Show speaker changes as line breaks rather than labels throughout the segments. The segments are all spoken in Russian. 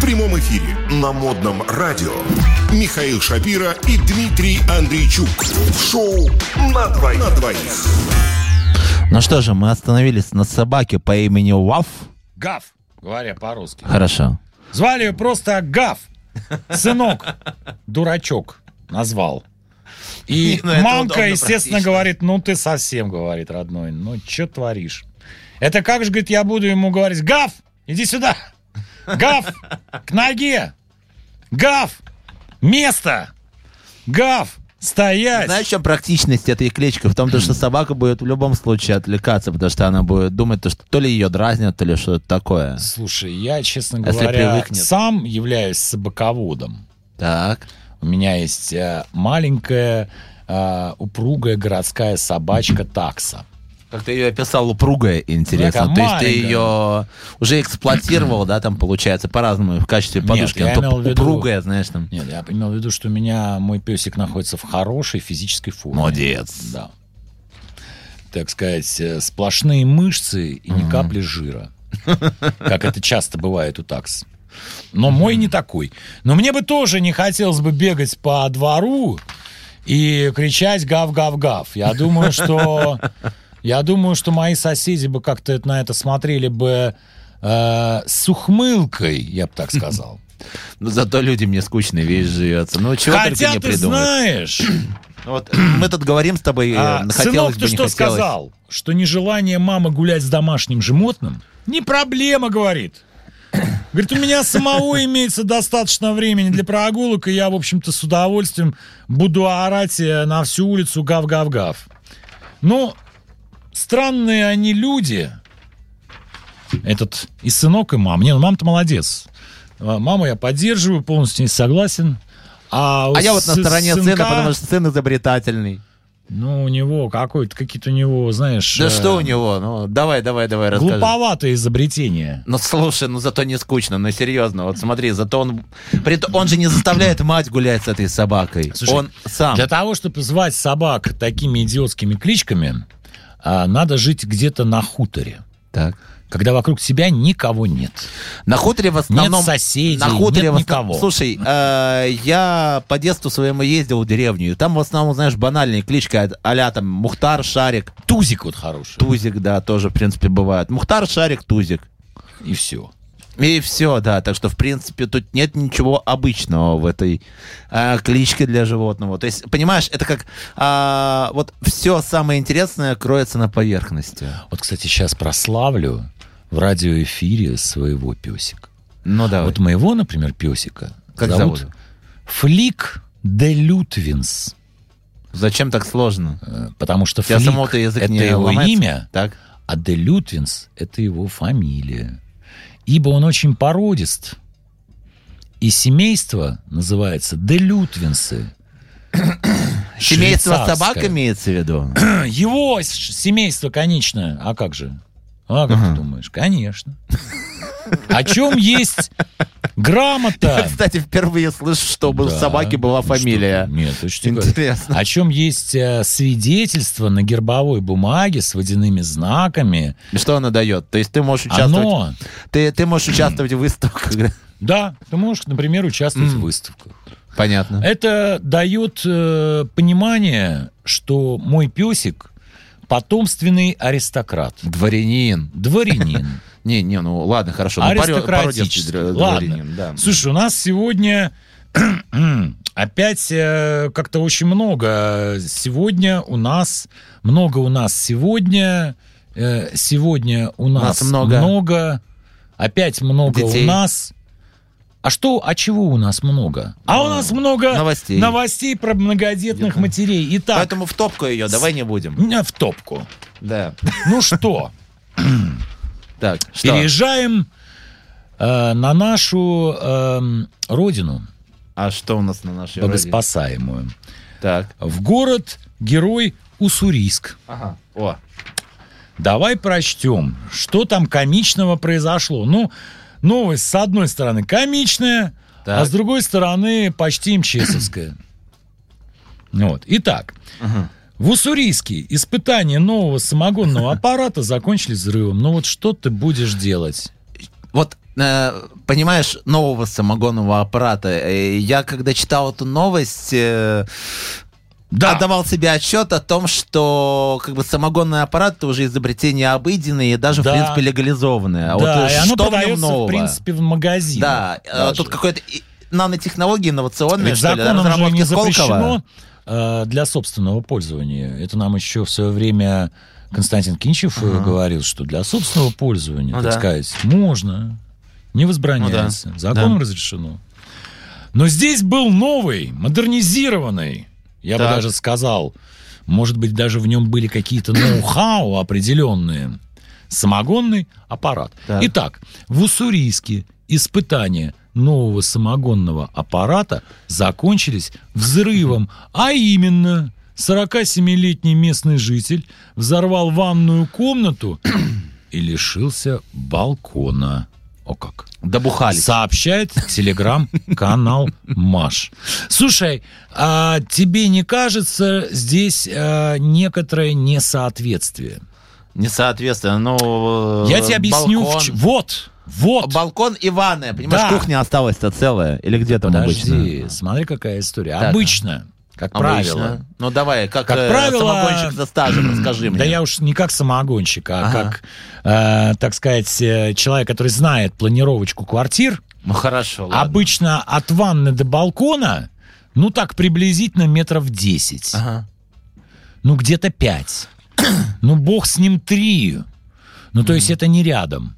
прямом эфире на модном радио Михаил Шапира и Дмитрий Андрейчук. Шоу на двоих. На двоих.
Ну что же, мы остановились на собаке по имени Ваф.
Гав, говоря по-русски.
Хорошо.
Звали ее просто Гав. Сынок. Дурачок. Назвал. И
Не, ну это
мамка,
удобно,
естественно,
практично.
говорит, ну ты совсем, говорит, родной, ну что творишь? Это как же, говорит, я буду ему говорить, Гав, иди сюда, Гав, к ноге, Гав, место, Гав, стоять.
Знаешь, в чем практичность этой клички? В том, то, что собака будет в любом случае отвлекаться, потому что она будет думать, то, что то ли ее дразнят, то ли что-то такое.
Слушай, я, честно
Если
говоря,
привыкнет.
сам являюсь собаководом.
Так.
У меня есть э, маленькая э, упругая городская собачка такса.
Как ты ее описал, упругая, интересно.
Такая
то есть ты
маленькая.
ее уже эксплуатировал, да, там получается, по-разному, в качестве
Нет,
подушки.
я
Она то
имел в виду-
упругая, знаешь, там.
Нет, я имел в виду, что у меня мой песик находится в хорошей физической форме.
Молодец.
Да. Так сказать, э, сплошные мышцы и ни капли жира. Как это часто бывает у такс. Но мой не такой. Но мне бы тоже не хотелось бы бегать по двору и кричать гав-гав-гав. Я думаю, что... Я думаю, что мои соседи бы как-то на это смотрели бы э, с ухмылкой, я бы так сказал.
Но ну, зато люди мне скучно, весь живется. Ну, чего
Хотя
только не
ты
придумают.
знаешь,
Вот мы тут говорим с тобой, э,
а,
хотелось бы,
сынок, ты
не
что
хотелось.
сказал? Что нежелание мамы гулять с домашним животным не проблема, говорит. Говорит, у меня самого имеется достаточно времени для прогулок, и я, в общем-то, с удовольствием буду орать э, на всю улицу гав-гав-гав. Ну, странные они люди. Этот и сынок, и мама. Не, ну мама-то молодец. А, Маму я поддерживаю, полностью с ней согласен. А, у
А я вот на
сы-
стороне сына,
сынка-
потому что сын изобретательный.
ну, у него какой-то, какие-то у него, знаешь...
Да
э,
что у него? Ну, давай, давай, давай, расскажи.
Глуповатое изобретение.
Ну, слушай, ну зато не скучно, ну серьезно, вот смотри, зато он... прит- Он же не заставляет мать гулять с этой собакой.
Слушай,
он сам.
Для того, чтобы звать собак такими идиотскими кличками, а, надо жить где-то на хуторе.
Так.
Когда вокруг тебя никого нет.
На хуторе в основном...
Нет соседей,
на хуторе
нет
в основ-
никого.
Слушай, э, я по детству своему ездил в деревню, и там в основном, знаешь, банальные клички, а- а-ля там Мухтар, Шарик,
Тузик вот хороший.
Тузик, да, тоже, в принципе, бывает. Мухтар, Шарик, Тузик.
И все.
И все, да. Так что, в принципе, тут нет ничего обычного в этой э, кличке для животного. То есть, понимаешь, это как а, вот все самое интересное кроется на поверхности.
Вот, кстати, сейчас прославлю в радиоэфире своего песика.
Ну да.
Вот моего, например, песика
Как зовут?
Флик де Лютвинс.
Зачем так сложно?
Э, Потому что
Я
Флик
самого-то язык
это
не
его
ломается.
имя,
Так.
А де Лютвинс – это его фамилия. Ибо он очень породист. И семейство называется де Лютвинсы.
Семейство
Швейцарское.
собак имеется в виду.
Его с- семейство, конечно. А как же? А как ты думаешь? Конечно. О чем есть грамота?
Кстати, впервые слышу, чтобы у
Да.
собаки была
Ну что
фамилия.
ты? Нет, точно
Интересно.
О чем есть э, свидетельство на гербовой бумаге с водяными знаками.
И Что она дает? То есть ты можешь участвовать.
Оно,
Ты, ты можешь участвовать в выставках.
да, ты можешь, например, участвовать в выставках.
Понятно.
Это дает э, понимание, что мой песик потомственный аристократ,
Дворянин.
дворянин.
Не, не, ну ладно, хорошо. Ну, парё-
Аристократический.
пародия,
Ладно.
дворянин, да.
Слушай, у нас сегодня опять э, как-то очень много. Сегодня у нас много у нас сегодня. э, Сегодня у нас,
нас много.
много. Опять много
Детей.
у нас. А что, а чего у нас много?
Ну,
А у нас много
новостей.
новостей про многодетных
Я-
матерей. Итак,
Поэтому в топку ее давай не будем.
Меня в топку.
Да.
Ну что,
Так, что?
переезжаем э, на нашу эм, родину,
А что у нас на нашей родине?
богоспасаемую,
Так.
в город герой Уссурийск.
Ага. О.
Давай прочтем, что там комичного произошло. Ну, новость, с одной стороны, комичная,
Так.
а с другой стороны, почти МЧСовская. Вот. Итак,
Ага.
в Уссурийске испытания нового самогонного аппарата закончились взрывом. Ну вот что ты будешь делать?
Вот э, понимаешь, нового самогонного аппарата. Э, Я когда читал эту новость, э,
Да.
отдавал себе отчет о том, что как бы самогонный аппарат это уже изобретение обыденное и даже
Да.
в принципе легализованное. А вот
да,
что
и оно
в нем
продается, в
нового?
принципе, в магазине.
Да, э, тут какое-то и- нанотехнологии инновационные,
Ведь
что ли,
законом же
разработки
не
Сколково.
запрещено э, для собственного пользования. Это нам еще в свое время Константин Кинчев э, говорил, что для собственного пользования,
Ну
так
да.
сказать, можно, не возбраняется,
Ну да.
законом
Да.
разрешено. Но здесь был новый, модернизированный, я бы
Так.
даже сказал, может быть, даже в нем были какие-то ноу-хау определенные, самогонный аппарат.
Так.
Итак, в Уссурийске испытания нового самогонного аппарата закончились взрывом, а именно 47-летний местный житель взорвал ванную комнату и лишился балкона. О как!
Добухались.
Сообщает телеграм-канал Маш. Слушай, а тебе не кажется здесь э, некоторое несоответствие?
Несоответственно, ну... э,
Я тебе объясню. в
балкон.
ч- Вот, вот.
Балкон и ванная, понимаешь,
Да.
кухня осталась-то целая. Или где там
Подожди,
обычно?
смотри, какая история.
Так.
Обычно, как
Обычно.
правило.
Ну давай, как,
Как
э,
правило-
самогонщик за стажем, расскажи мне.
Да я уж не как самогонщик, а
Ага.
как, э, так сказать, э, человек, который знает планировочку квартир.
Ну хорошо, ладно.
Обычно от ванны до балкона, ну так приблизительно метров 10.
Ага.
Ну где-то 5. ну бог с ним 3. Ну то есть это не рядом.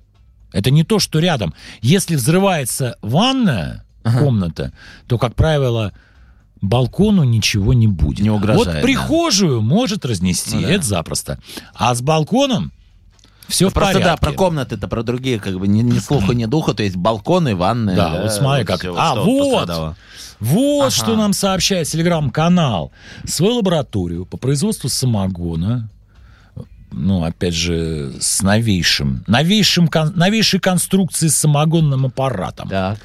Это не то, что рядом. Если взрывается ванная комната, то, как правило, балкону ничего не будет.
Не угрожает,
Вот
да.
прихожую может разнести,
Ну да.
это запросто. А с балконом все в
Просто да,
порядке.
про комнаты-то, про другие, как бы ни, ни слуха, ни духа, то есть балконы, ванны.
Да, вот смотри, как- а, вот! Вот
Ага.
что нам сообщает телеграм-канал. Свою лабораторию по производству самогона, ну, опять же, с новейшим, новейшим, кон- новейшей конструкцией с самогонным аппаратом.
Да.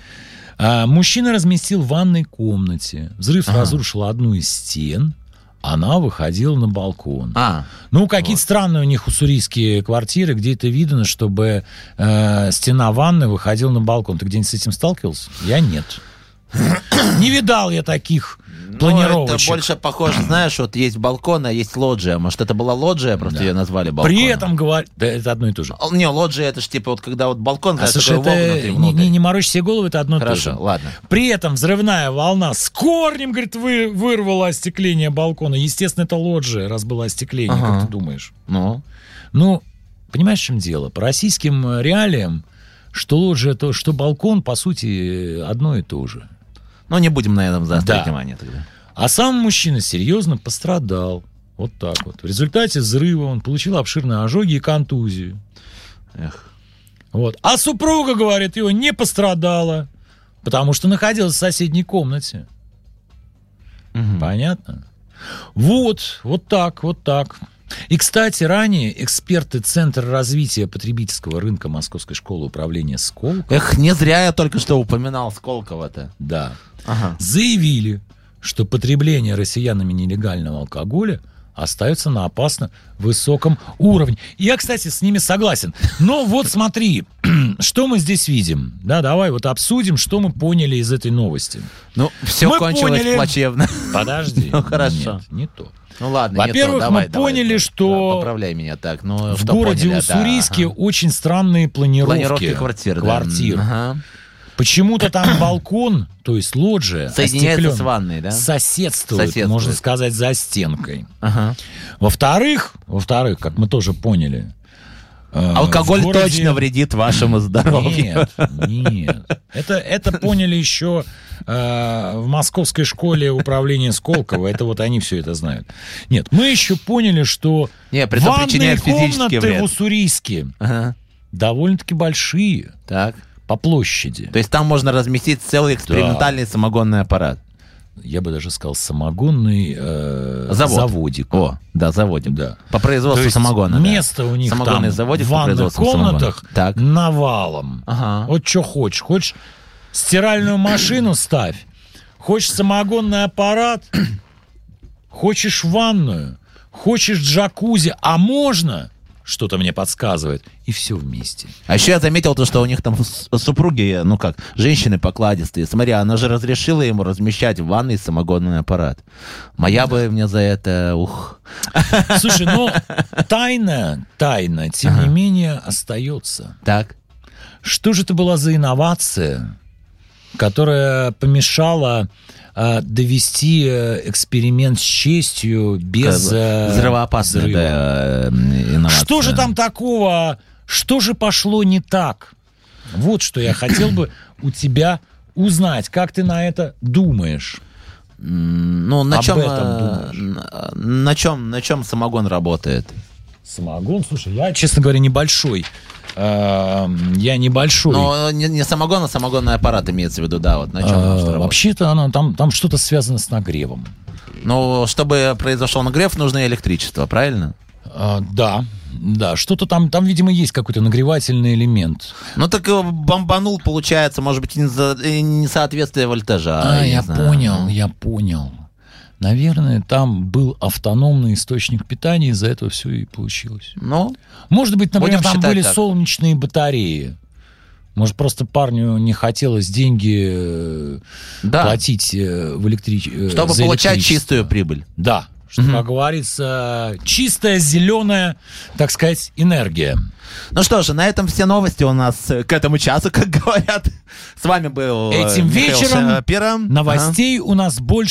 А, мужчина разместил в ванной комнате. Взрыв разрушил одну из стен. Она выходила на балкон.
А,
Ну, какие-то странные у них уссурийские квартиры, где это видно, чтобы э, стена ванны выходила на балкон. Ты где-нибудь с этим сталкивался? Я нет. Не видал я таких
Ну, это
планировочек.
больше похоже, знаешь, вот есть балкон, а есть лоджия. Может, это была лоджия, просто ее назвали балконом.
При этом говорят... Да, это одно и то же.
Л- А, Не, лоджия это же типа вот когда вот балкон,
А,
когда
слушай,
такой
это...
вогнутый
Не,
внутрь.
не, не морочь себе голову, это одно и то
Хорошо,
же.
ладно.
При этом взрывная волна с корнем, говорит, вы, вырвала остекление балкона. Естественно, это лоджия, раз было остекление,
Ага.
как ты думаешь.
Ну,
Ну, понимаешь, в чем дело? По российским э, реалиям, что лоджия, то, что балкон, по сути, э, одно и то же.
ну не будем на этом заострять
Да.
внимание тогда.
А сам мужчина серьезно пострадал. Вот так вот. В результате взрыва он получил обширные ожоги и контузию.
Эх.
Вот. А супруга, говорит, его не пострадала, потому что находилась в соседней комнате. Понятно? Вот, вот так, вот так. И, кстати, ранее эксперты Центра развития потребительского рынка Московской школы управления СКОЛ,
Эх, не зря я только что упоминал Сколково-то.
да,
Ага.
заявили, что потребление россиянами нелегального алкоголя остается на опасно высоком уровне. Я, кстати, с ними согласен. Но вот смотри, что мы здесь видим. Да, давай вот обсудим, что мы поняли из этой новости.
Ну, все
Мы
кончилось
поняли.
плачевно.
Подожди.
Ну, хорошо.
Нет, не то.
Ну ладно, не то,
Во-первых, мы
давай, давай,
поняли,
да,
что
да, поправляй меня так. Ну,
в
что
городе
поняли, да,
Уссурийске
ага.
очень странные планировки.
планировки квартир. да.
Квартир.
Ага.
Почему-то там балкон, то есть лоджия,
Соединяется
остеклен-
с ванной, да?
соседствует,
Соседствует.
можно сказать, за стенкой.
Ага.
Во-вторых, во-вторых, как мы тоже поняли, э,
Алкоголь
в городе-
точно вредит вашему здоровью.
Нет, нет. Это, это поняли еще э, в московской школе управления Сколково. Это вот они все это знают. Нет, мы еще поняли, что
Не, притом
ванные
причиняет физический
комнаты
вред.
в Уссурийске
Ага.
довольно-таки большие
Так.
по площади.
То есть там можно разместить целый экспериментальный самогонный аппарат.
Я бы даже сказал, самогонный э,
Завод.
заводик.
О, да, заводим.
Да.
По
То
производству
есть
самогона. да.
место у них
Самогонный
там
заводик
в
по
ванных
производству самогона.
комнатах
Так.
навалом.
Ага.
Вот что хочешь. Хочешь стиральную машину ставь. Хочешь самогонный аппарат. Хочешь ванную. Хочешь джакузи. А можно, что-то мне подсказывает. И все вместе.
А еще я заметил то, что у них там с- супруги, ну как, женщины покладистые. Смотри, она же разрешила ему размещать в ванной самогонный аппарат. Моя бы мне за это, ух.
Слушай, но тайна, тайна, тем не менее, остается.
Так.
Что же это была за инновация, которая помешала э, довести э, эксперимент с честью без э,
Взрывоопасная
взрыва?
да, э, инновация.
Что же там такого? Что же пошло не так? Вот что я хотел бы у тебя узнать. Как ты на это думаешь?
М, Ну, на
Об
чем,
этом
э, на- на чем, на чем самогон работает?
Самогон, слушай, я, честно говоря, небольшой. э, Я небольшой.
Ну, не, не самогон, а самогонный аппарат имеется в виду, да, вот на чем
А,
может работать.
Вообще-то она, там, там что-то связано с нагревом.
Ну, чтобы произошел нагрев, нужно электричество, правильно?
А, да, да, что-то там, там, видимо, есть какой-то нагревательный элемент.
Ну, так э, бомбанул, получается, может быть, неза- э, несоответствие вольтажа.
А, я
не знаю.
понял, я понял. Наверное, там был автономный источник питания, из-за этого все и получилось.
Ну,
Может быть, например,
Будем
там
считать
были
так.
солнечные батареи. Может, просто парню не хотелось деньги э,
да.
платить э, в электричестве.
Чтобы получать чистую прибыль.
Да, что, как говорится, чистая, зеленая, так сказать, энергия.
Ну что же, на этом все новости у нас э, к этому часу, как говорят. С вами был э,
Этим
Михаил
вечером
Шапира. Ага.
Новостей у нас больше.